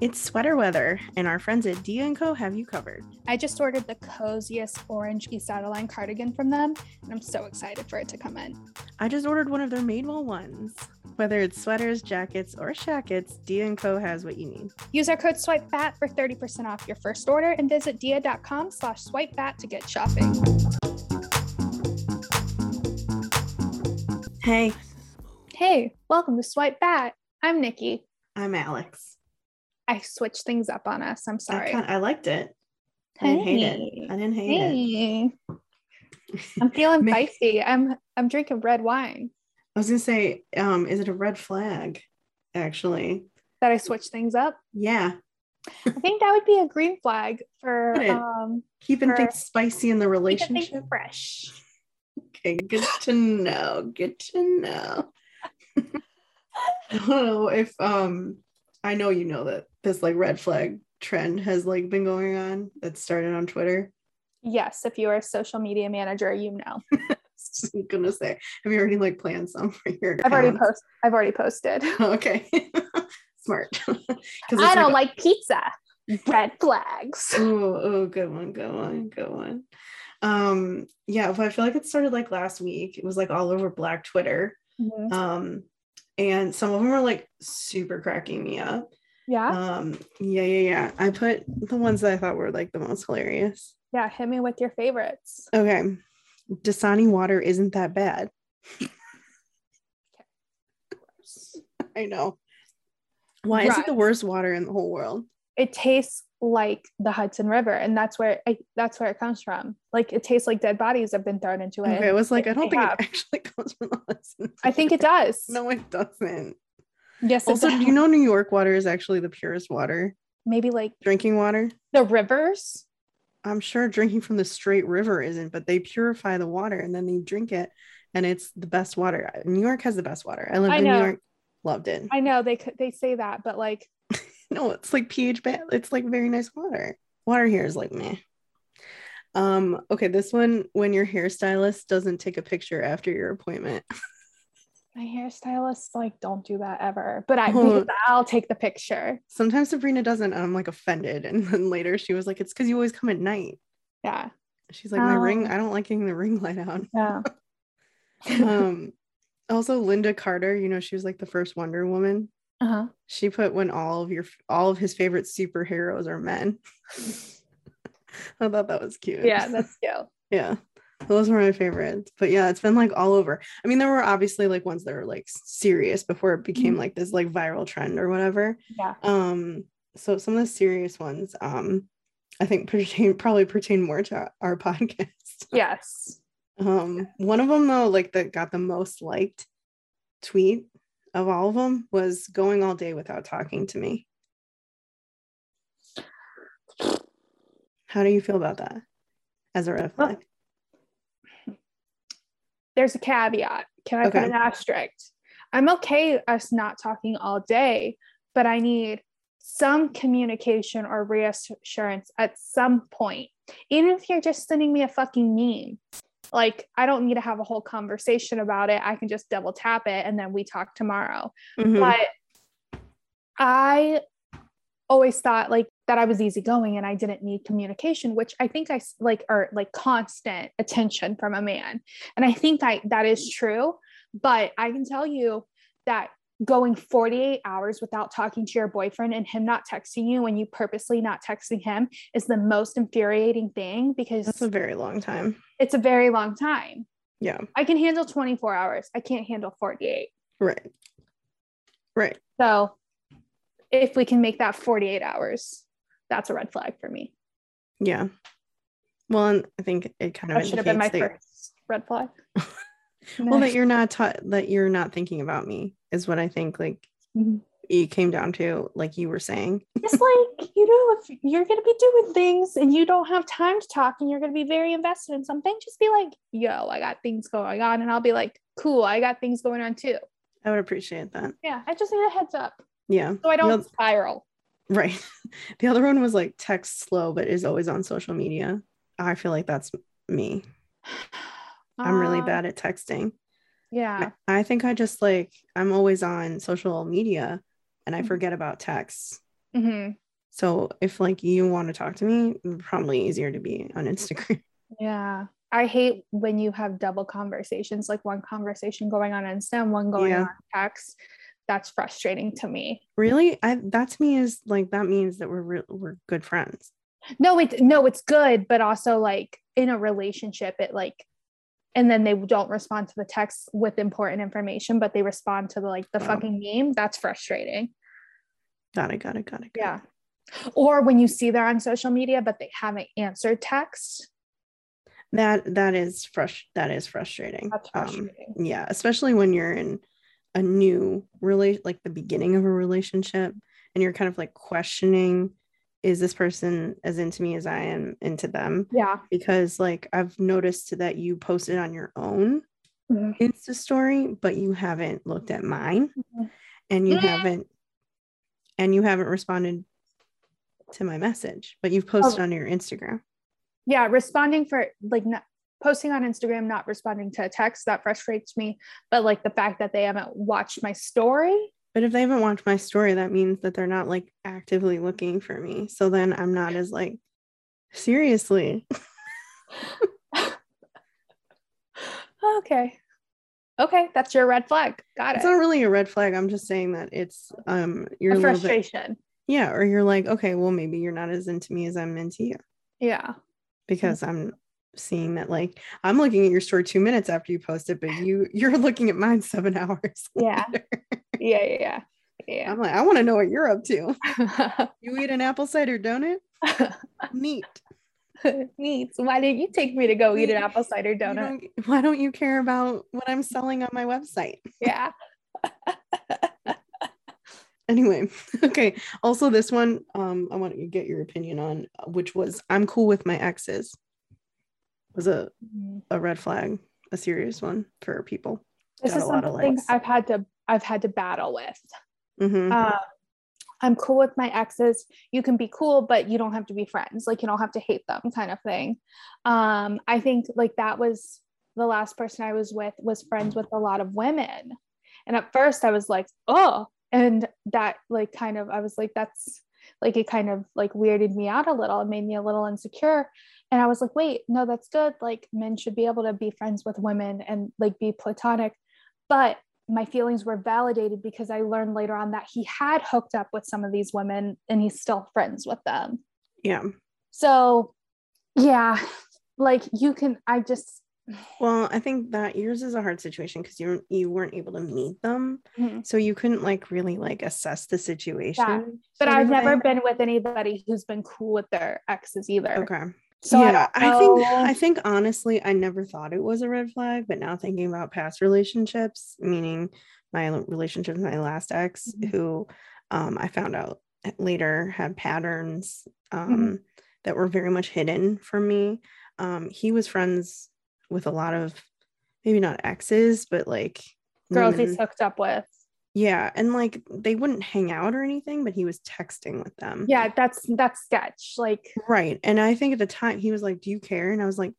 It's sweater weather, and our friends at D & Co have you covered. I just ordered the coziest orange East Outer Line cardigan from them, and I'm so excited for it to come in. I just ordered one of their Madewell ones. Whether it's sweaters, jackets, or shackets, D & Co has what you need. Use our code SWIPEBAT for 30% off your first order and visit dia.com slash swipebat to get shopping. Hey, Hey, welcome to Swipe Bat. I'm Nikki. I'm Alex. I switched things up on us. I'm I, sorry. kind I liked it. I didn't hate Hey. it. I didn't hate it. Hey. I'm feeling Ma- feisty. I'm I'm drinking red wine I was going to say, um, is it a red flag, actually? that I switched things up. Yeah, I think that would be a green flag for Got it. um keeping For- things spicy in the keeping things relationship. fresh. Okay, good to know. Good to know. I don't know if um I know you know that this like red flag trend has like been going on that started on Twitter. Yes, if you are a social media manager, you know. I'm gonna say, have you already like planned some for your? I've already accounts? posted I've already posted. Okay, smart. Because I don't like pizza. Red flags. Oh, oh, good one, good one, good one. Um, yeah, but I feel like it started like last week. It was like all over Black Twitter. Mhm. Um, and some of them were like super cracking me up. Yeah. Um, yeah, yeah, yeah. I put the ones that I thought were like the most hilarious. Yeah. Hit me with your favorites. Okay. Dasani water isn't that bad. I know. Why is it the Right. worst water in the whole world? it tastes like the Hudson River, and that's where I, that's where it comes from. Like it tastes like dead bodies have been thrown into it. Okay, I was like, I They don't think have. it actually comes from the Hudson. I think it does. No, it doesn't. Yes, Also, also, do you know New York water is actually the purest water? maybe like Drinking water? the rivers. I'm sure drinking from the straight river isn't, but they purify the water and then they drink it, and it's the best water. New York has the best water. I lived I in New know. York, loved it. I know they could they say that, but like no, it's like pH bad. It's like very nice water. Water here is like meh. Um, okay, this one when your hairstylist doesn't take a picture after your appointment. my hairstylist like don't do that ever. But I Hold on. because I'll take the picture. Sometimes Sabrina doesn't, and I'm like offended. And then later she was like, It's because you always come at night. Yeah, She's like, My ring, Oh. I don't like getting the ring light on. yeah. Um, also Linda Carter, you know, she was like the first Wonder Woman. uh-huh. She put when all of your all of his favorite superheroes are men. I thought that was cute. Yeah, that's cute. Yeah. Those were my favorites. But yeah, it's been like all over. I mean, there were obviously like ones that were like serious before it became like this like viral trend or whatever. Yeah. Um, so some of the serious ones, um, I think pertain probably pertain more to our podcast. Yes. Um, one of them though, like that got the most liked tweet of all of them was going all day without talking to me. How do you feel about that as a red flag? there's a caveat. Can I Okay. put an asterisk? I'm okay us not talking all day, but I need some communication or reassurance at some point. Even if you're just sending me a fucking meme, like I don't need to have a whole conversation about it. I can just double tap it and then we talk tomorrow. Mhm. But I always thought like that I was easygoing and I didn't need communication, which I think I s- like or like constant attention from a man. And I think I that is true, but I can tell you that going 48 hours without talking to your boyfriend and him not texting you and you purposely not texting him is the most infuriating thing because That's a very long time. it's a very long time. Yeah. I can handle 24 hours. I can't handle 48. Right. Right. So if we can make that 48 hours, that's a red flag for me. Yeah. Well, and I think it kind of That should have been my indicates that- first red flag. well that you're not taught that you're not thinking about me is what I think. Like Mhm. it came down to, like you were saying. Just like, you know, if you're going to be doing things and you don't have time to talk and you're going to be very invested in something, just be like, yo, I got things going on. And I'll be like, cool, I got things going on too. I would appreciate that. Yeah, I just need a heads up Yeah. so I don't Yep. spiral. Right. The other one was like text slow, but is always on social media. I feel like that's me. I'm really Um, bad at texting. Yeah. I I think I just like I'm always on social media and I Mhm. forget about texts. hmm So if like you want to talk to me, probably easier to be on Instagram. Yeah. I hate when you have double conversations, like one conversation going on Insta and one going Yeah. on text. That's frustrating to me. Really, I that to me is like that means that we're re- we're good friends. No, it's no, it's good, but also like in a relationship, it like and then they don't respond to the text with important information, but they respond to the like the Wow. fucking meme. That's frustrating. Got it. Got it. Got it. got Yeah. it. Or when you see they're on social media, but they haven't answered text. That that is fresh. That is frustrating. That's Um, frustrating. yeah, especially when you're in a new relation, like the beginning of a relationship, and you're kind of like questioning, is this person as into me as I am into them? Yeah. Because like I've noticed that you posted on your own Mhm. Insta story, but you haven't looked at mine, Mhm. and you Mm. haven't, and you haven't responded to my message, but you've posted on your Instagram. yeah responding for like not posting on instagram not responding to a text that frustrates me but like the fact that they haven't watched my story But if they haven't watched my story, that means that they're not like actively looking for me. So then I'm not as like seriously. okay okay that's your red flag got It's it not really a red flag. I'm just saying that it's um you're a a little bit frustration yeah, or you're like, okay, well maybe you're not as into me as I'm into Hmm. you yeah because I'm seeing that like I'm looking at your story two minutes after you post it, but you you're looking at mine seven hours. yeah yeah yeah yeah I'm like, I want to know what you're up to. yeah You eat an apple cider donut? Neat. neats why didn't you take me to go eat an Wait, apple cider Um, You donut don't- why don't you care about what I'm selling on my website? yeah anyway okay also this one um i want to get your opinion on uh, which was i'm cool with my exes was a, a red flag a serious one for people this Got is a lot of something likes. i've had to i've had to battle with hmm um, I'm cool with my exes. You can be cool, but you don't have to be friends. Like you don't have to hate them, kind of thing. Um, I think like that was the last person I was with was friends with a lot of women, and at first I was like, oh, and that like kind of I was like that's like it kind of like weirded me out a little and made me a little insecure and i was like wait no that's good like men should be able to be friends with women and like be platonic but my feelings were validated because I learned later on that he had hooked up with some of these women and he's still friends with them. yeah So, yeah, like you can, I just, well i think that yours is a hard situation because you you weren't able to meet them Mhm. so you couldn't like really like assess the situation but sort of I've never thing. been with anybody who's been cool with their exes either. okay So, yeah, I, I, don't think know. I think honestly, I never thought it was a red flag, but now thinking about past relationships, meaning my relationship with my last ex, Mhm. who um, I found out later had patterns um, Mhm. that were very much hidden from me. Um, he was friends with a lot of maybe not exes, but like girls women. he's hooked up with. yeah, and like they wouldn't hang out or anything, but he was texting with them. Yeah, that's, that's sketch. Like, Right. And I think at the time he was like, Do you care? And I was like,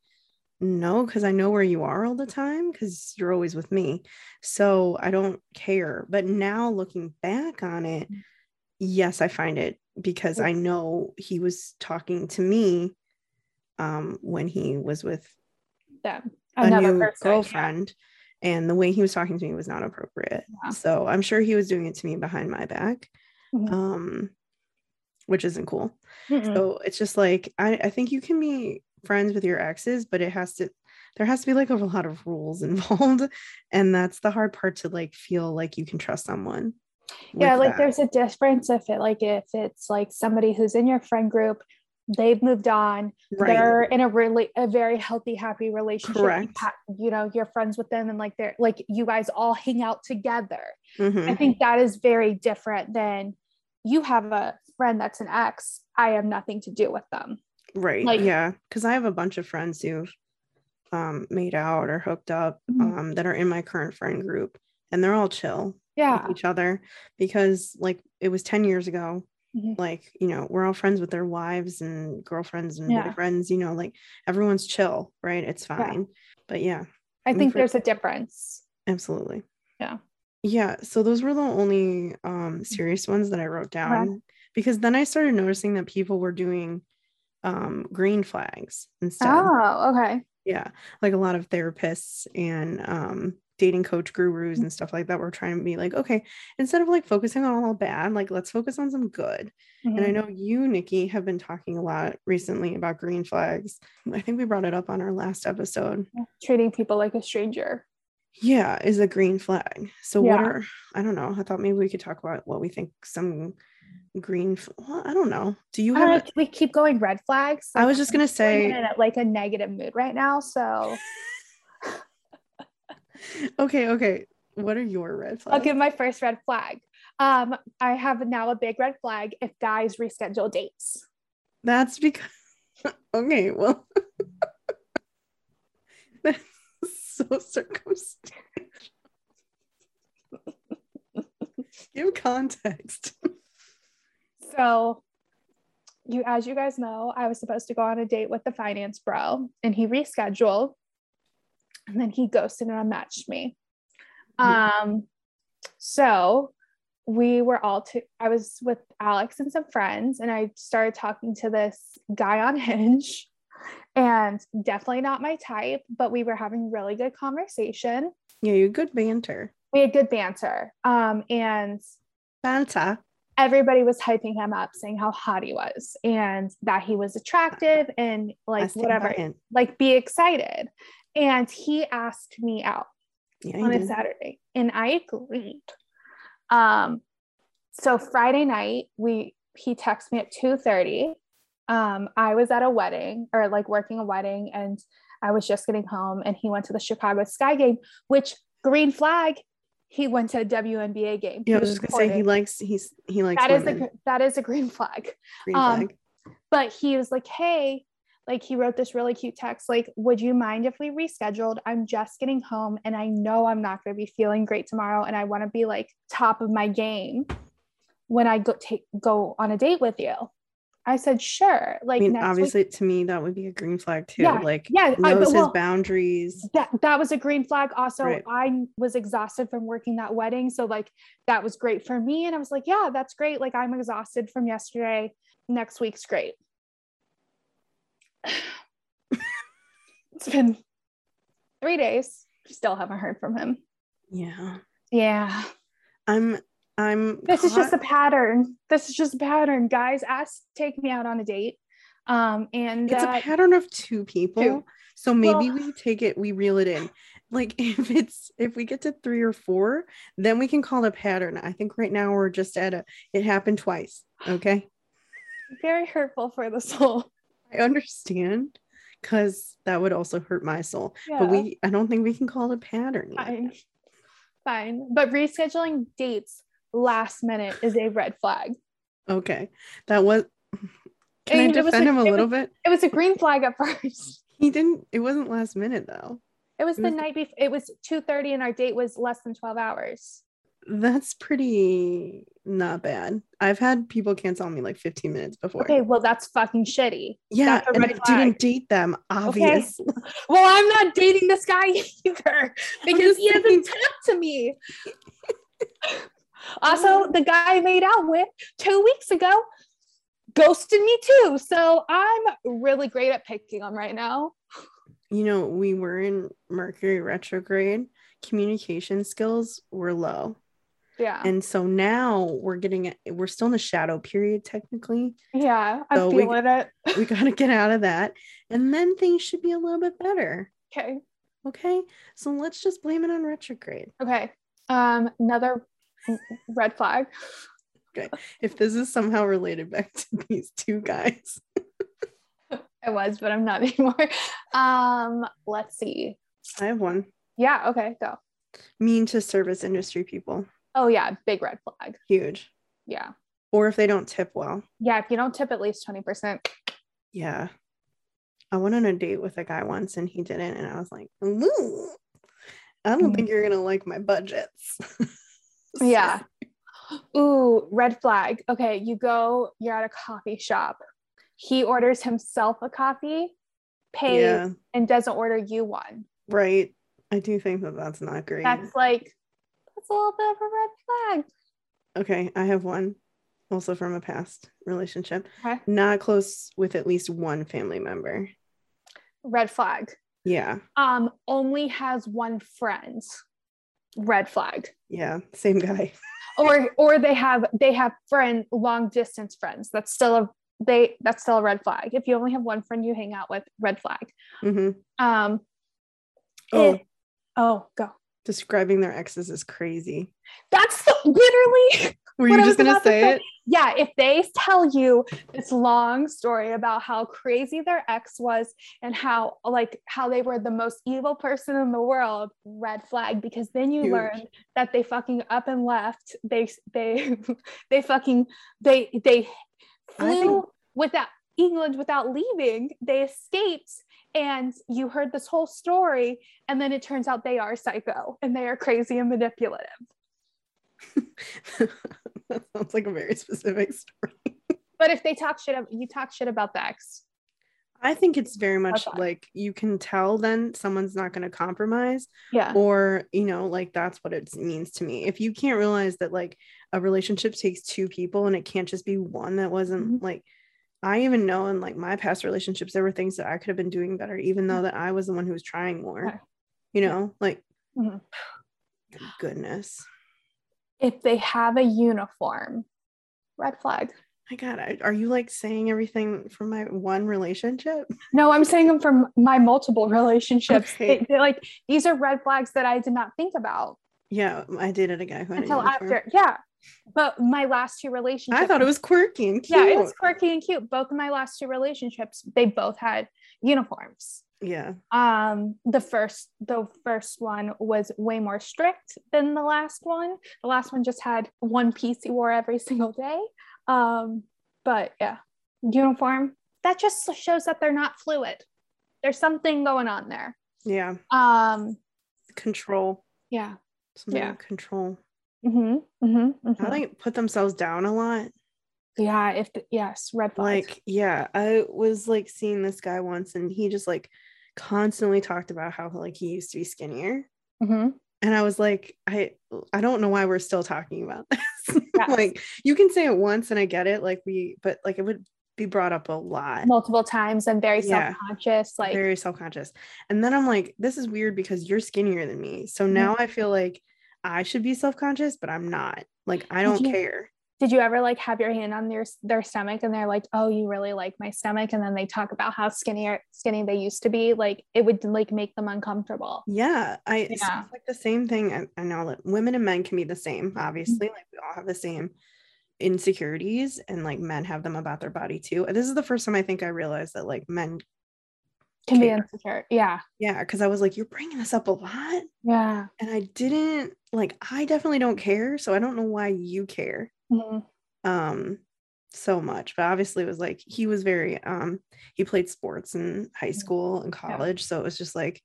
No, because I know where you are all the time because you're always with me. So I don't care. But now looking back on it, Mm. yes, I find it because I know he was talking to me um, when he was with them, a another new person. yeah. girlfriend. And the way he was talking to me was not appropriate. Yeah. So I'm sure he was doing it to me behind my back, Mhm. um, which isn't cool. Mm-mm. So it's just like I, I think you can be friends with your exes, but it has to there has to be like a lot of rules involved. And that's the hard part to like feel like you can trust someone. yeah with like that. there's a difference if it like if it's like somebody who's in your friend group they've moved on right. they're in a really a very healthy happy relationship You Correct. ha- you know you're friends with them and like they're like you guys all hang out together Mhm. i think that is very different than you have a friend that's an ex i have nothing to do with them Right. like- yeah. Cause I have a bunch of friends who've um made out or hooked up Mhm. um that are in my current friend group and they're all chill yeah with each other because like it was 10 years ago Mhm. like you know we're all friends with their wives and girlfriends and Yeah. boyfriends you know like everyone's chill right it's Yeah. fine but yeah i and think for- there's a difference absolutely Yeah. Mm. Uh-huh. yeah so those were the only um serious ones that i wrote down because then I started noticing that people were doing um, green flags instead. Oh, okay. Yeah, like a lot of therapists and um, dating coach Mm. gurus and stuff like that were trying to be like, okay, instead of like focusing on all bad, like let's focus on some good. Mhm. And I know you, Nikki, have been talking a lot recently about green flags. I think we brought it up on our last episode. treating people like a stranger. Yeah, is a green flag. So what Yeah. are I don't know. I thought maybe we could talk about what we think some green. f- Well, I don't know. Do you I don't have? know, can we keep going red flags. I was just gonna going say. in at like a negative mood right now. So Okay, okay. What are your red I'll flags? give my first red flag. Um, I have now a big red flag if guys reschedule dates. That's because. Okay, well. That's so circumstantial. Give context. So you as you guys know, I was supposed to go on a date with the finance bro and he rescheduled and then he ghosted and unmatched me. Yeah. Um so we were all to I was with Alex and some friends and I started talking to this guy on Hinge and definitely not my type, but we were having really good conversation. Yeah, you good banter. We had good banter. Um and Banter. everybody was hyping him up, saying how hot he was and that he was attractive and I like stand by whatever, it. like be excited. And he asked me out Yeah, on you a did. Saturday and I agreed. Um, so Friday night, we he texted me at 2 30. Um, I was at a wedding or like working a wedding and I was just getting home and he went to the Chicago Sky game, which green flag, he went to a WNBA game. yeah, I was just gonna say he recorded. likes he's he likes That is a women. gr- that is a green flag. green um, flag. But he was like, "Hey, like he wrote this really cute text like, "Would you mind if we rescheduled? I'm just getting home and I know I'm not going to be feeling great tomorrow and I want to be like top of my game when I go take go on a date with you." I said, "Sure." I Like mean, next week. obviously to me that would be a green flag too. Yeah, Like Yeah, I, knows but, his well, boundaries. that that was a green flag. Also, Right. I was exhausted from working that wedding, so like that was great for me. And I was like, yeah, that's great. Like I'm exhausted from yesterday. Next week's great. it's been three days. Still haven't heard from him. Yeah. Yeah, I'm I'm this is just caught- a pattern. This is just a pattern. Guys, ask take me out on a date. Um, and it's uh, a pattern of two people. So Well- maybe we take it, we reel it in. Like if it's if we get to three or four, then we can call it a pattern. I think right now we're just at a it happened twice. Okay. very hurtful for the soul. I understand because that would also hurt my soul. Yeah. But we I don't think we can call it a pattern. yet. fine fine but rescheduling dates last minute is a red flag Okay. That was can I And it was defend like- him a it little was- bit? it was a green flag at first He didn't it wasn't last minute though. it was the was- night before it was 2.30 and our date was less than 12 hours That's pretty not bad. I've had people cancel on me like 15 minutes before. okay well that's fucking shitty Yeah, That's a and I red flag. didn't date them. Obvious. well i'm not dating this guy either because just he saying. doesn't talk to me also the guy i made out with two weeks ago ghosted me too so i'm really great at picking them right now You know, we were in Mercury retrograde. Communication skills were low, yeah and so now we're getting it. We're still in the shadow period technically. Yeah, I'm So we- feeling it. We got to get out of that, and then things should be a little bit better. Okay. Okay, so let's just blame it on retrograde. Okay. Um, another red flag. If this is somehow related back to these two guys, It was, but I'm not anymore. Um, let's see. I have one. Yeah, okay, go. Mean to service industry people, Oh yeah, big red flag. huge. Yeah. Or if they don't tip well, Yeah, if you don't tip at least 20%. Yeah. I went on a date with a guy once and he didn't. And I was like, Ooh, I don't think you're going to like my budgets. Yeah. Ooh, red flag. Okay, you go, you're at a coffee shop. He orders himself a coffee, pays, Yeah. and doesn't order you one. Right. I do think that that's not great. That's like that's a little bit of a red flag. okay. I have one. also from a past relationship. Okay. Not close with at least one family member. Red flag. Yeah. Um, only has one friend. Red flag. Yeah. Same guy. Or or they have they have friend long distance friends. That's still a they that's still a red flag. If you only have one friend you hang out with, red flag. hmm Um Oh, eh- oh go. describing their exes is crazy. That's the, literally Were you What I just was gonna about to say say. it? yeah, if they tell you this long story about how crazy their ex was and how like how they were the most evil person in the world, red flag because then you Huge. learn that they fucking up and left. They they they fucking they they I think- flew without England without leaving. They escaped and you heard this whole story and then it turns out they are psycho and they are crazy and manipulative. that sounds like a very specific story. But if they talk shit ab- you talk shit about the ex I think it's very much Okay. like you can tell then someone's not going to compromise, yeah. or you know, like that's what it means to me. If you can't realize that like a relationship takes two people and it can't just be one that wasn't Mm-hmm. like, I even know in like my past relationships, there were things that I could have been doing better, even Mm-hmm. though that I was the one who was trying more, Okay. you know, like Mhm. goodness. if they have a uniform red flag My God, I- are you like saying everything from my one relationship? no i'm saying them from my multiple relationships Okay. They- they're like these are red flags that i did not think about Yeah, I dated a guy who had a until uniform. after yeah but my last two relationships I thought it was quirky and cute. yeah it was quirky and cute both of my last two relationships they both had uniforms Yeah. um the first the first one was way more strict than the last one the last one just had one piece he wore every single day um but yeah uniform that just shows that they're not fluid there's something going on there Yeah. um Control. yeah Something Yeah. with control. mm-hmm, mm-hmm, I think put themselves down a lot. yeah if the, yes red flag Like, yeah, I was like seeing this guy once and he just like constantly talked about how like he used to be skinnier. Mhm. And I was like, I I don't know why we're still talking about this. Yeah. like you can say it once and I get it, like we but like it would be brought up a lot. multiple times and very Yeah. self-conscious like very self-conscious and then i'm like this is weird because you're skinnier than me Mm-hmm. so now i feel like i should be self-conscious but i'm not like i don't you- care did you ever like have your hand on their their stomach and they're like oh you really like my stomach and then they talk about how skinnier skinny they used to be like it would like make them uncomfortable yeah i it's Yeah. like the same thing I, I know that women and men can be the same obviously like we all have the same insecurities and like men have them about their body too and this is the first time i think i realized that like men can be Care. insecure yeah yeah because i was like you're bringing this up a lot yeah and i didn't like i definitely don't care so i don't know why you care Mhm. um so much but obviously it was like he was very um he played sports in high school and college so it was just like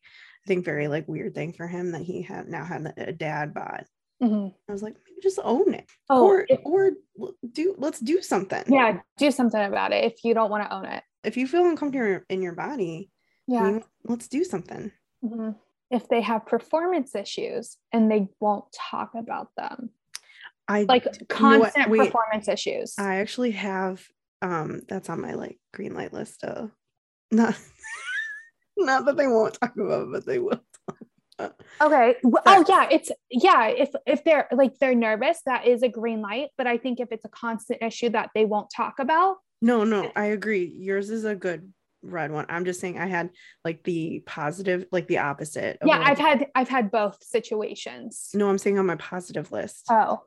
i think very like weird thing for him that he had now had a dad bod Mhm. i was like maybe just own it oh or if- or l- do let's do something yeah do something about it if you don't want to own it if you feel uncomfortable in your- in your body yeah you- let's do something Mhm. if they have performance issues and they won't talk about them i like Mm-hmm. know what? constant Wait. performance issues i actually have um that's on my like green light list of not not that they won't talk about it, but they will Okay. w- Oh Sex. yeah, it's yeah. If if they're like they're nervous, that is a green light. But I think if it's a constant issue that they won't talk about, No, no, I agree. Yours is a good red one. I'm just saying I had like the positive, like the opposite. of yeah, what I I've did. had I've had both situations. No, I'm saying on my positive list Oh,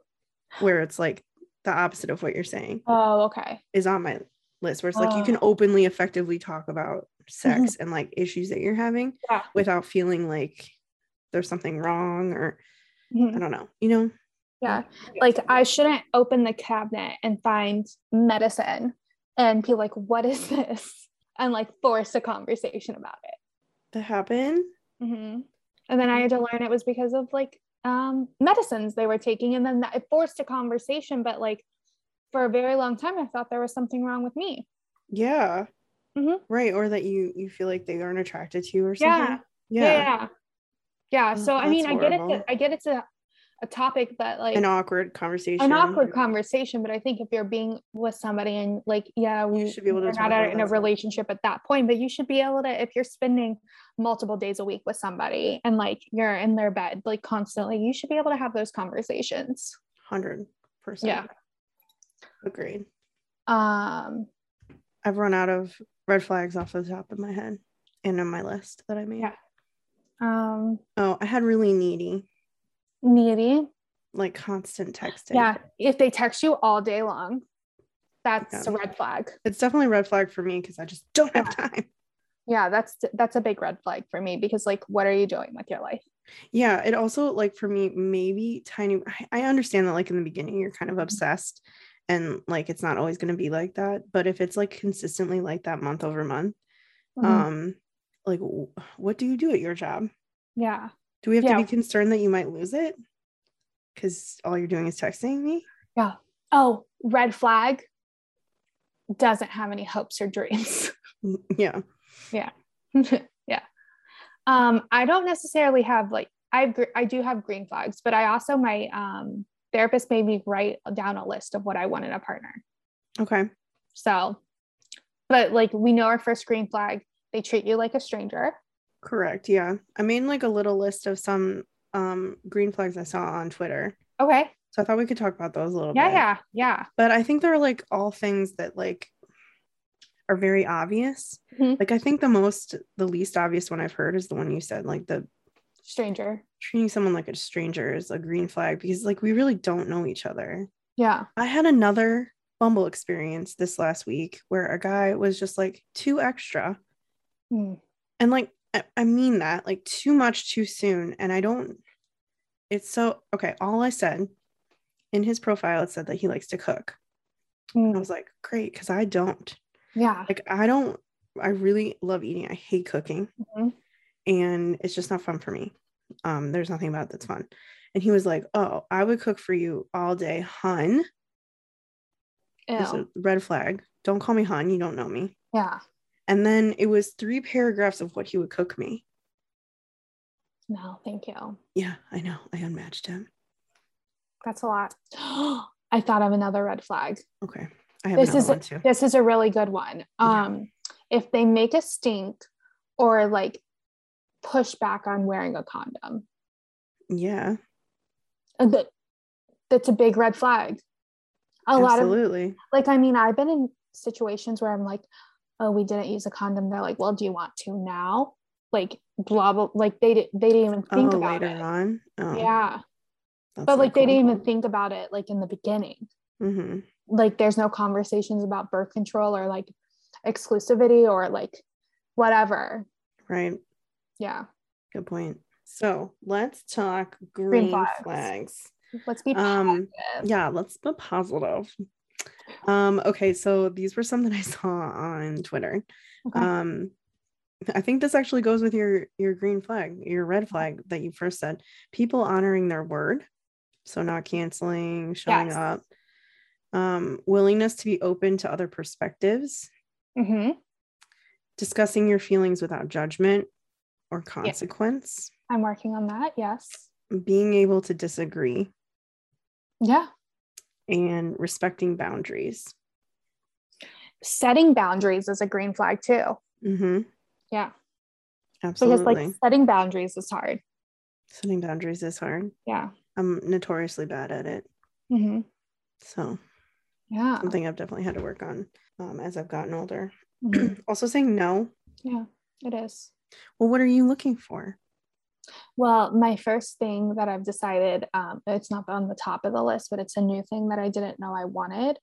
where it's like the opposite of what you're saying oh, okay. is on my list where it's like you can Oh. Mm-hmm. openly, effectively talk about sex and like issues that you're having Yeah. without feeling like there's something wrong or I Mhm. don't know, you know? Yeah, like I shouldn't open the cabinet and find medicine and be like, "What is this?" and like force a conversation about it. That happened. hmm And then I had to Mm-hmm. learn it was because of like um, medicines they were taking, and then that, it forced a conversation. But like for a very long time, I thought there was something wrong with me. Yeah. Mhm. Right. Or that you you feel like they aren't attracted to you or Yeah. something. Yeah, yeah. yeah. Oh, so I that's mean, I get it. horrible. To, I get it to a topic that like an awkward conversation. an awkward conversation but i think if you're being with somebody and like yeah we You should be able to are talk not about in a that. relationship at that point but you should be able to if you're spending multiple days a week with somebody and like you're in their bed like constantly you should be able to have those conversations Hundred percent. Yeah. Agreed. um I've run out of red flags off the top of my head and on my list that I made. Yeah. um Oh, I had really needy, needy like constant texting. yeah if they text you all day long that's a Yeah. red flag It's definitely a red flag for me because I just don't have time. yeah that's that's a big red flag for me because like what are you doing with your life Yeah. It also like for me, maybe tiny I, I understand that like in the beginning you're kind of Mm-hmm. obsessed and like it's not always gonna be like that. But if it's like consistently like that month over month, Mm-hmm. um, like w- what do you do at your job? yeah Do we have Yeah. to be concerned that you might lose it? Because all you're doing is texting me. oh, red flag doesn't have any hopes or dreams. Mm, Yeah. yeah. Um, I don't necessarily have like I gr- I do have green flags, but I also my um therapist made me write down a list of what I want in a partner. Okay. So, but like we know our first green flag, they treat you like a stranger. Correct. Yeah. I made like a little list of some um green flags I saw on Twitter. Okay. So I thought we could talk about those a little Yeah, bit. yeah, yeah. But I think they're like all things that like are very obvious. Mhm. Like I think the most the least obvious one I've heard is the one you said, like the Stranger. treating someone like a stranger is a green flag because like we really don't know each other. Yeah. I had another Bumble experience this last week where a guy was just like too extra. Mm. And like, I, I mean that, like, too much too soon. And I don't, it's so, okay. All I said in his profile, it said that he likes to cook. And I Mm. was like, great, because I don't. Yeah. Like, I don't, I really love eating. I hate cooking. Mhm. And it's just not fun for me. Um, there's nothing about it that's fun. And he was like, oh, I would cook for you all day, hun. It's Ew. a red flag. Don't call me hun. You don't know me. Yeah. And then it was three paragraphs of what he would cook me. No, thank you. Yeah, I know. I unmatched him. That's a lot. I thought of another red flag. Okay. I have This another is- one too. This is a really good one. Yeah. Um, If they make a stink or like push back on wearing a condom, Yeah, uh, that, that's a big red flag. A lot of absolutely. like, I mean, I've been in situations where I'm like, oh, we didn't use a condom. They're like, well, do you want to now? Like, blah, blah. Like, they, di- they didn't even think oh, about later it. on. Oh, Yeah. that's But not like, they didn't cool. even think about it, like, in the beginning. Mhm. like there's no conversations about birth control or like exclusivity or like whatever. Right. Yeah. Good point. So let's talk green, Green flags. flags. Let's be Um, positive. yeah, let's be positive. Um, okay, so these were some that I saw on Twitter. Okay. Um, I think this actually goes with your your green flag, your red flag that you first said. People honoring their word, so not canceling, showing Yes. up, um, willingness to be open to other perspectives, Mhm. discussing your feelings without judgment or consequence, I'm working on that. Yes. being able to disagree, Yeah. and respecting boundaries. Setting boundaries is a green flag too. Mm-hmm. Yeah. Because Absolutely. like setting boundaries is hard. Setting boundaries is hard. Yeah. I'm notoriously bad at it. hmm So, Oh. Yeah. something I've definitely had to work on um, as I've gotten older. Mhm. also, saying no. yeah. It is. Well, what are you looking for? Well, my first thing that I've decided, um, it's not on the top of the list, but it's a new thing that I didn't know I wanted,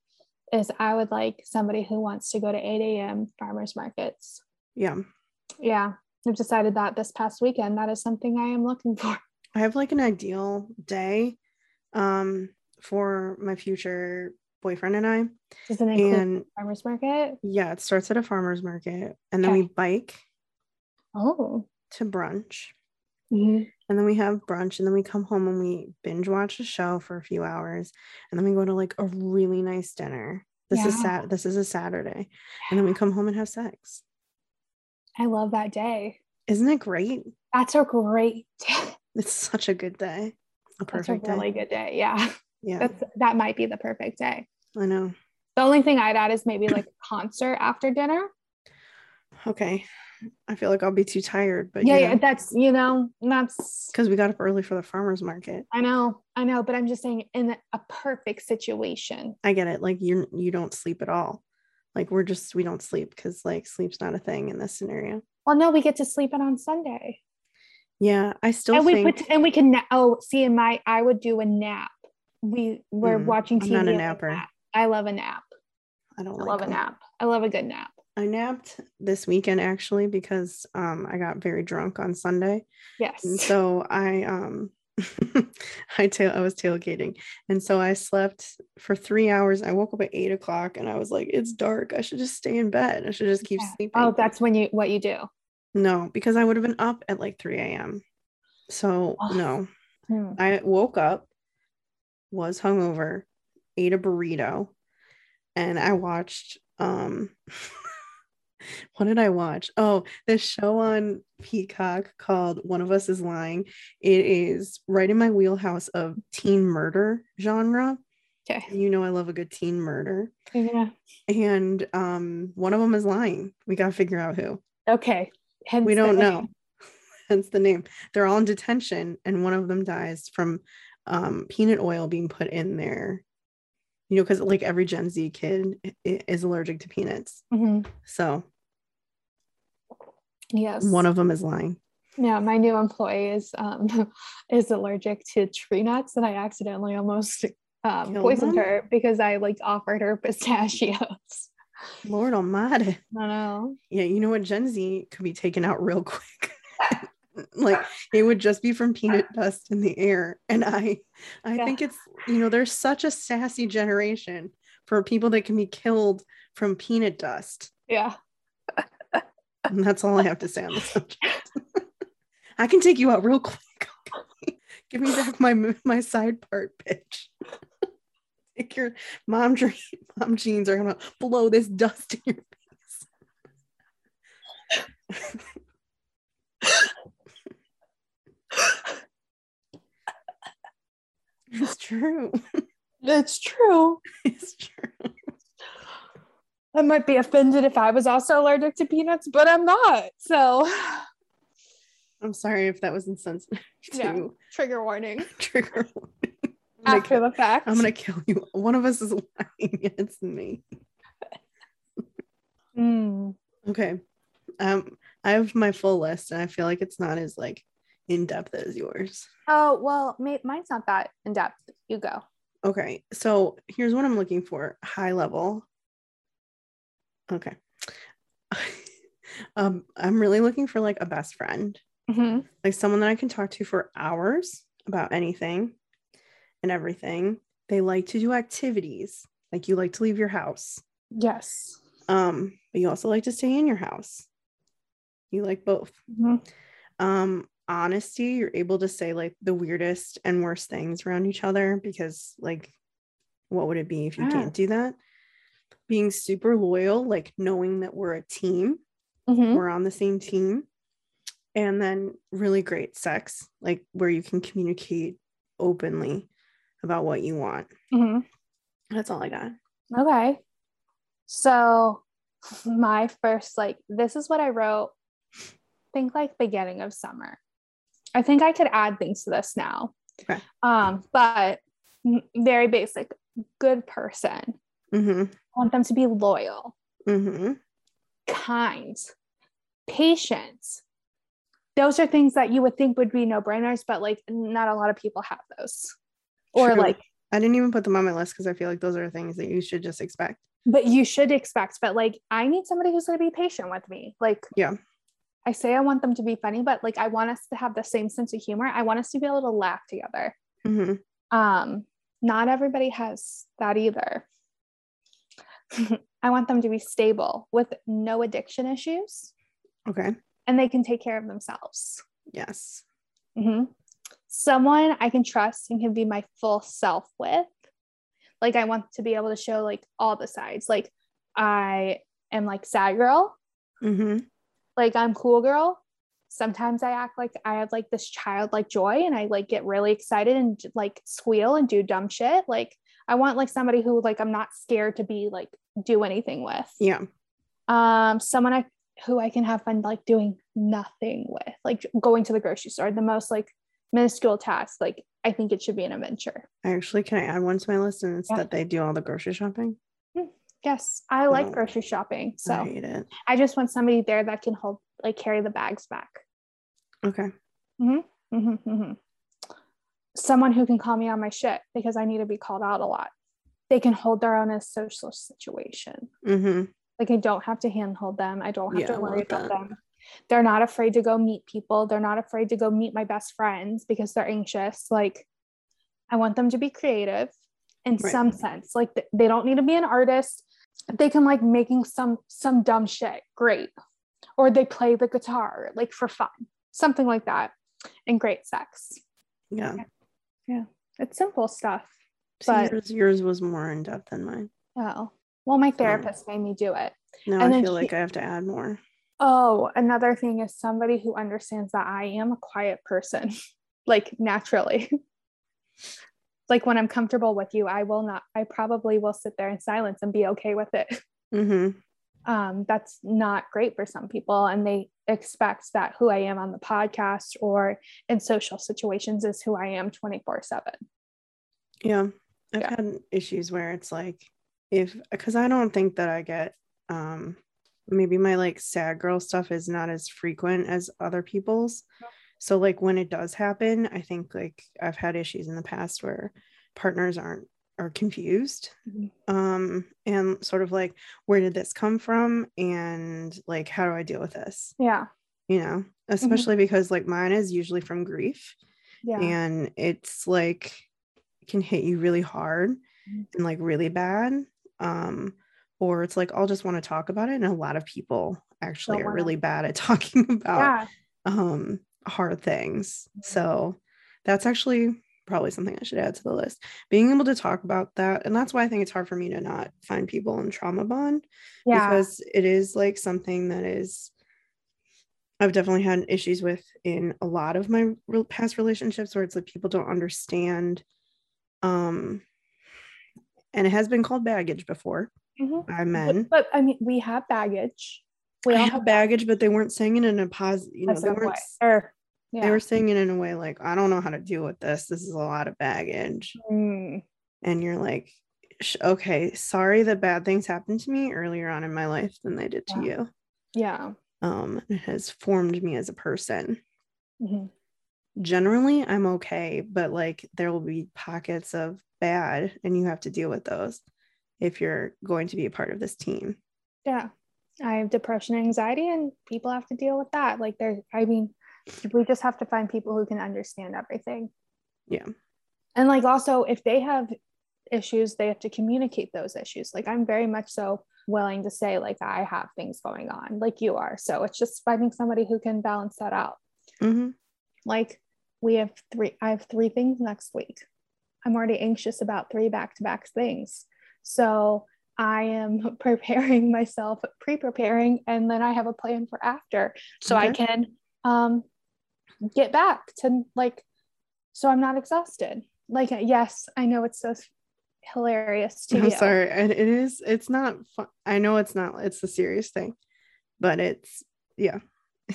is I would like somebody who wants to go to 8 a.m. farmers markets. Yeah. Yeah, I've decided that this past weekend. That is something I am looking for. I have like an ideal day um, for my future boyfriend and I. Does it include And farmers market? yeah, it starts at a farmer's market and then Okay. we bike Oh, to brunch. And then we have brunch and then we come home and we binge watch a show for a few hours. And then we go to like a really nice dinner. This is Yeah. sat this is a Saturday. And then we come home and have sex. I love that day. Isn't it great? That's a great day. It's such a good day. A perfect That's a day. really good day. Yeah. yeah. That's that might be the perfect day. I know. The only thing I'd add is maybe like a concert after dinner. Okay. I feel like I'll be too tired, but yeah, you yeah, that's you know, that's because we got up early for the farmers market. I know, I know, but I'm just saying in a perfect situation. I get it. Like you you don't sleep at all. Like we're just we don't sleep because like sleep's not a thing in this scenario. Well, no, we get to sleep in on Sunday. Yeah. I still and we think put and we can na- oh see in my I would do a nap. We were Mm, watching I'm TV. not a and I napper. nap. I love a nap. I don't I like love a them. nap. I love a good nap. I napped this weekend actually because um I got very drunk on Sunday. Yes. And so I um I tail I was tailgating. And so I slept for three hours. I woke up at eight o'clock and I was like, it's dark. I should just stay in bed. I should just keep Yeah. sleeping. oh, that's when you what you do. no, because I would have been up at like 3 a.m. So Ugh. no. Hmm. I woke up, was hungover, ate a burrito, and I watched um what did I watch? Oh, this show on Peacock called One of Us is Lying. It is right in my wheelhouse of teen murder genre. Okay. You know I love a good teen murder. Yeah. And um one of them is lying. We got to figure out who Okay. Hence we the don't name. know hence the name they're all in detention and one of them dies from um, peanut oil being put in there you know because like every gen z kid i- is allergic to peanuts Mhm. so Yes. one of them is lying Yeah, my new employee is um, is allergic to tree nuts, and I accidentally almost um, Killed poisoned them? her because I like offered her pistachios. lord almighty I know. yeah you know what gen z could be taken out real quick like it would just be from peanut dust in the air and i i Yeah. think it's you know there's such a sassy generation for people that can be killed from peanut dust Yeah. And that's all I have to say on the subject. I can take you out real quick. okay? Give me back my my side part, bitch. Take your mom dream, mom jeans are gonna blow this dust in your face. it's true. It's true. It's true. I might be offended if I was also allergic to peanuts, but I'm not. So, I'm sorry if that was insensitive to Yeah. trigger warning trigger. warning. I'm gonna after the fact. I'm gonna kill you. One of us is lying. It's me. Mm. Okay. Um, I have my full list, and I feel like it's not as like in depth as yours. Oh well, ma- mine's not that in depth. You go. Okay, so here's what I'm looking for: high level. Okay. um, I'm really looking for like a best friend, Mhm. like someone that I can talk to for hours about anything and everything. They like to do activities. Like you like to leave your house. Yes. Um, but you also like to stay in your house. You like both. Mhm. Um, honesty, you're able to say like the weirdest and worst things around each other because like what would it be if you Yeah. can't do that? Being super loyal, like knowing that we're a team, Mhm. we're on the same team. And then really great sex, like where you can communicate openly about what you want. Mhm. That's all I got. Okay. So my first like this is what I wrote think like beginning of summer. I think I could add things to this now. Okay. Um but m- very basic good person. Mm-hmm. I want them to be loyal, Mm-hmm. kind, patient. Those are things that you would think would be no-brainers but like not a lot of people have those. Or True. like I didn't even put them on my list because I feel like those are things that you should just expect. but you should expect but like i need somebody who's going to be patient with me like Yeah. i say i want them to be funny but like i want us to have the same sense of humor i want us to be able to laugh together Mm-hmm. um not everybody has that either i want them to be stable with no addiction issues Okay. and they can take care of themselves Yes. Mhm. someone i can trust and can be my full self with like i want to be able to show like all the sides like i am like sad girl Mm-hmm. like I'm cool girl, sometimes I act like I have like this childlike joy and I like get really excited and like squeal and do dumb shit. Like I want like somebody who like I'm not scared to be like do anything with. Yeah. Um, someone I who I can have fun like doing nothing with, like going to the grocery store, the most like minuscule task. Like I think it should be an adventure. Actually, can I add one to my list? And it's Yeah. that they do all the grocery shopping. Yes, I like Oh. grocery shopping. So I hate it. I just want somebody there that can hold like carry the bags back. Okay. hmm hmm Someone who can call me on my shit because I need to be called out a lot. They can hold their own in a social situation. Mm-hmm. Like I don't have to handhold them. I don't have Yeah, I to worry love about that. them. They're not afraid to go meet people. They're not afraid to go meet my best friends because they're anxious. Like I want them to be creative in Right. some sense. Like th- they don't need to be an artist. They can like making some some dumb shit. Great. Or they play the guitar like for fun. Something like that. And great sex. Yeah. It's simple stuff. See, But- yours, yours was more in depth than mine. Oh. Well, my therapist made me do it. Now And I then feel she- like I have to add more. Oh, another thing is somebody who understands that I am a quiet person, like naturally. like when I'm comfortable with you, I will not, I probably will sit there in silence and be okay with it. Mm-hmm. Um, that's not great for some people. And they expect that who I am on the podcast or in social situations is who I am 24 7. Yeah. I've Yeah. had issues where it's like, if, because I don't think that I get, um, maybe my like sad girl stuff is not as frequent as other people's. So, like, when it does happen, I think like I've had issues in the past where partners aren't, are confused Mhm. um and sort of like where did this come from and like how do i deal with this Yeah. you know especially because like mine is usually from grief Yeah. and it's like can hit you really hard Mhm. and like really bad um or it's like i'll just want to talk about it and a lot of people actually Don't are wanna- really bad at talking about Oh, yeah. um hard things Mhm. so that's actually probably something i should add to the list being able to talk about that and that's why i think it's hard for me to not find people in trauma bond Yeah. because it is like something that is i've definitely had issues with in a lot of my real past relationships where it's like people don't understand um and it has been called baggage before Mhm. by But- men But, I mean, we have baggage. We I all have baggage but they weren't saying it in a positive you know they positive way. weren't Or, yeah. they were saying it in a way like i don't know how to deal with this this is a lot of baggage Mm, and you're like "Sh- okay sorry that bad things happened to me earlier on in my life than they did to Yeah. you yeah. um it has formed me as a person Mhm. generally i'm okay but like there will be pockets of bad and you have to deal with those if you're going to be a part of this team Yeah. I have depression and anxiety, and people have to deal with that. Like, there, I mean, we just have to find people who can understand everything. Yeah. And, like, also, if they have issues, they have to communicate those issues. Like, I'm very much so willing to say, like, I have things going on, like you are. So it's just finding somebody who can balance that out. mm-hmm. Like, we have three, I have three things next week. I'm already anxious about three back to back things. So I am preparing myself, pre preparing, and then I have a plan for after so I Okay. can um, get back to like, so I'm not exhausted. Like, yes, I know it's so hilarious to i'm you. sorry and it is it's not fun i know it's not it's a serious thing but it's yeah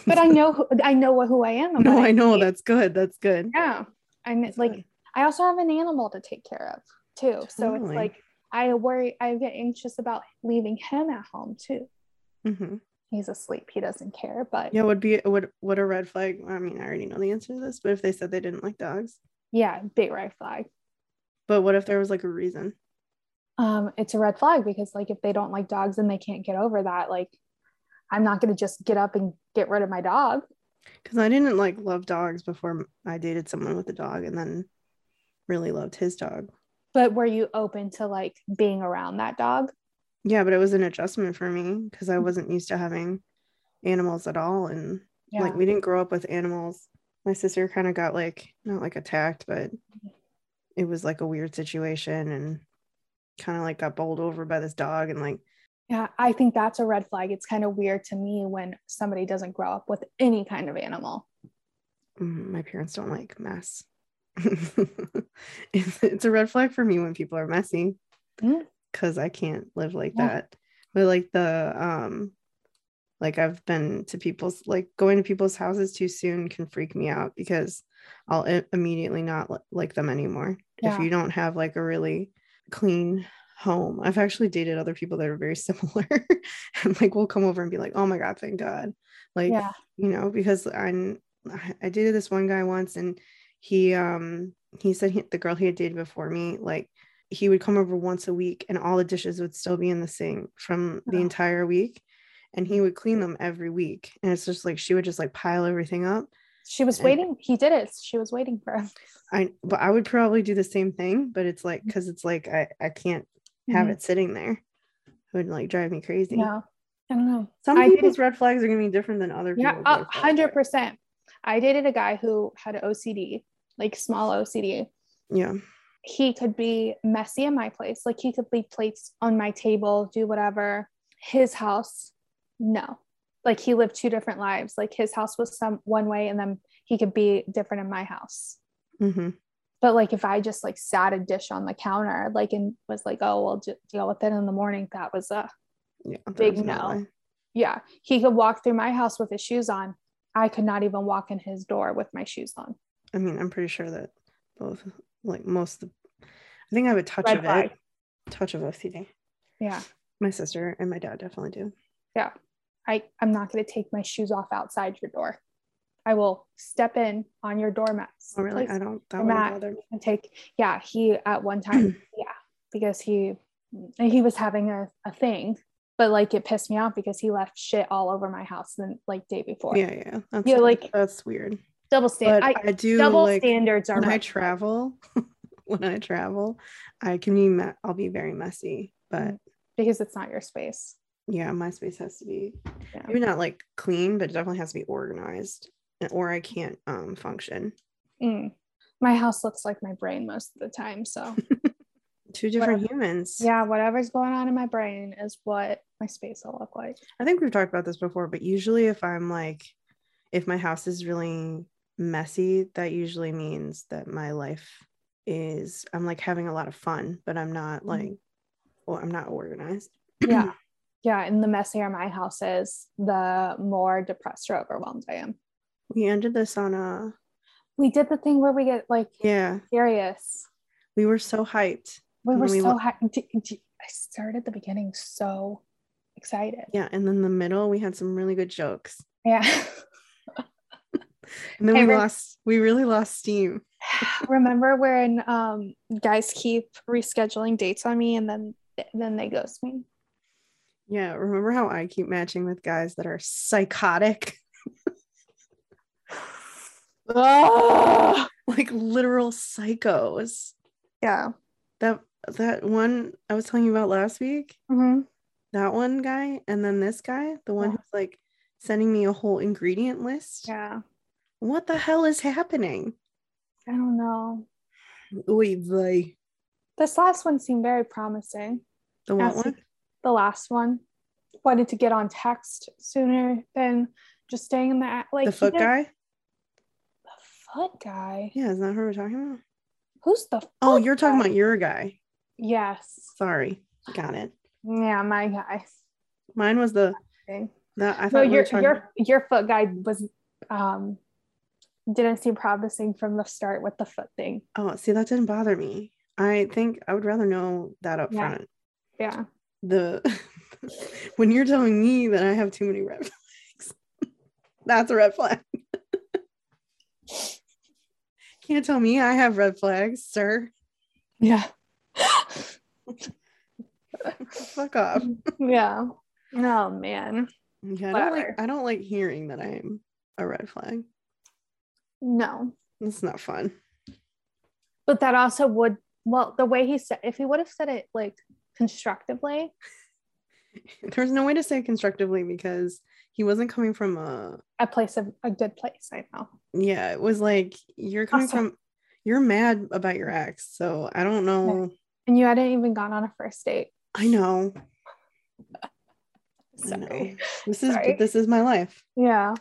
But I know, who, I know who I am. and no what i know need. that's good that's good Yeah. I'm That's like, good. I also have an animal to take care of too. So it's Totally. like, I worry, I get anxious about leaving him at home too. Mhm. he's asleep he doesn't care but yeah would be would what a red flag i mean i already know the answer to this but if they said they didn't like dogs yeah big red flag but what if there was like a reason um it's a red flag because like if they don't like dogs and they can't get over that like i'm not going to just get up and get rid of my dog because i didn't like love dogs before i dated someone with a dog and then really loved his dog but were you open to like being around that dog yeah but it was an adjustment for me because i wasn't used to having animals at all and yeah like we didn't grow up with animals my sister kind of got like not like attacked but it was like a weird situation and kind of like got bowled over by this dog and like Yeah, I think that's a red flag. It's kind of weird to me when somebody doesn't grow up with any kind of animal. Mm, My parents don't like mess. it's, it's a red flag for me when people are messy Mm. because I can't live like Yeah. that. But like the, um, like I've been to people's, like going to people's houses too soon can freak me out because I'll i- immediately not li- like them anymore. Yeah. If you don't have like a really clean home, I've actually dated other people that are very similar and like we'll come over and be like, oh my God, thank God. Like, yeah. you know because i'm i I dated this one guy once and he um he said he, the girl he had dated before me like he would come over once a week and all the dishes would still be in the sink from the Wow. entire week and he would clean them every week and it's just like she would just like pile everything up She was And- waiting. He did it. She was waiting for him. i but i would probably do the same thing but it's like because it's like i i can't have Mhm. it sitting there it would like drive me crazy Yeah. I don't know. some I people's red flags are gonna be different than other Yeah, people's a red flags. hundred percent. I dated a guy who had OCD, like small OCD. yeah He could be messy in my place, like he could leave plates on my table, do whatever. His house, no. Like he lived two different lives. Like his house was some one way, and then he could be different in my house. hmm But like if I just like sat a dish on the counter, like and was like, oh, we'll ju- deal with it in the morning. That was a yeah Big there's no. way. yeah. He could walk through my house with his shoes on. I could not even walk in his door with my shoes on. I mean, I'm pretty sure that both, like most, of, I think I have a touch Red of flag. it, touch of OCD. Yeah. My sister and my dad definitely do. I, I'm not going to take my shoes off outside your door. I will step in on your doormats Oh, really? please, I don't. That I'm would not- bother me. and take, yeah, he at one time, yeah, because he, he was having a, a thing, but like it pissed me off because he left shit all over my house the like day before. Yeah, yeah. That's Yeah, like- that's weird. Double But standard. I, I, do double like standards are when I red flags. travel. when I travel, I can be. Me- I'll be very messy, but Mhm. because it's not your space. yeah, my space has to be Yeah. maybe not like clean, but it definitely has to be organized, or I can't um function. Mm. My house looks like my brain most of the time. So Two different humans. yeah, whatever's going on in my brain is what my space will look like. I think we've talked about this before, but usually if I'm like, if my house is really messy, that usually means that my life is, I'm like having a lot of fun, but I'm not like, well, I'm not organized. Mm-hmm. yeah yeah and the messier my house is the more depressed or overwhelmed i am We ended this on a, we did the thing where we get like yeah, curious we were so hyped. we were When we so wa- ha- d- d- i started at the beginning so excited Yeah. And then the middle, we had some really good jokes. yeah And then Hey, we Rick. lost, we really lost steam. remember when um guys keep rescheduling dates on me and then then they ghost me Yeah. Remember how I keep matching with guys that are psychotic, Ugh. like literal psychos? yeah that that one I was telling you about last week, hmm that one guy, and then this guy, the one Yeah. who's like sending me a whole ingredient list. yeah What the hell is happening? i don't know Oy vey. this last one seemed very promising The what Yes. one? the last one wanted to get on text sooner than just staying in the app. Like the he foot didn't- guy? The foot guy. Yeah, is that who we're talking about? Who's the? Oh, foot you're talking guy? about your guy. Yes. Sorry. Got it. Yeah, my guy. Mine was the Okay. that I No, thought we were your talking- your your foot guy was um didn't seem promising from the start with the foot thing. Oh, see that didn't bother me. I think I would rather know that up Yeah. front. Yeah. The when you're telling me that I have too many red flags, that's a red flag. Can't tell me I have red flags, sir. Yeah. Fuck off. yeah. Oh man. Yeah, I don't Whatever. like I don't like hearing that I'm a red flag. No. It's not fun. But that also would well, the way he said if he would have said it like constructively, There's no way to say it constructively because he wasn't coming from a a place of a good place. I know. yeah, it was like you're coming Awesome. from you're mad about your ex. So I don't know. And you hadn't even gone on a first date. I know. Sorry. This is Sorry. this is my life. Yeah.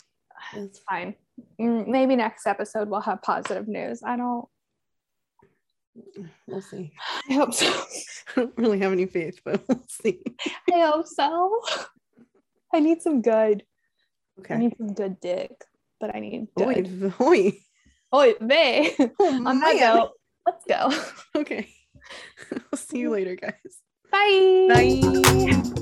It's Fine. Mm, Maybe next episode we'll have positive news. I don't. We'll see. I hope so. I don't really have any faith, but we'll see. I hope so. I need some good. I Okay. need some good dick, but I need Oy, good. oy. Oh, they. Oh, On man. that note, let's go. Okay. I'll see you later, guys. Mm. Bye. Bye.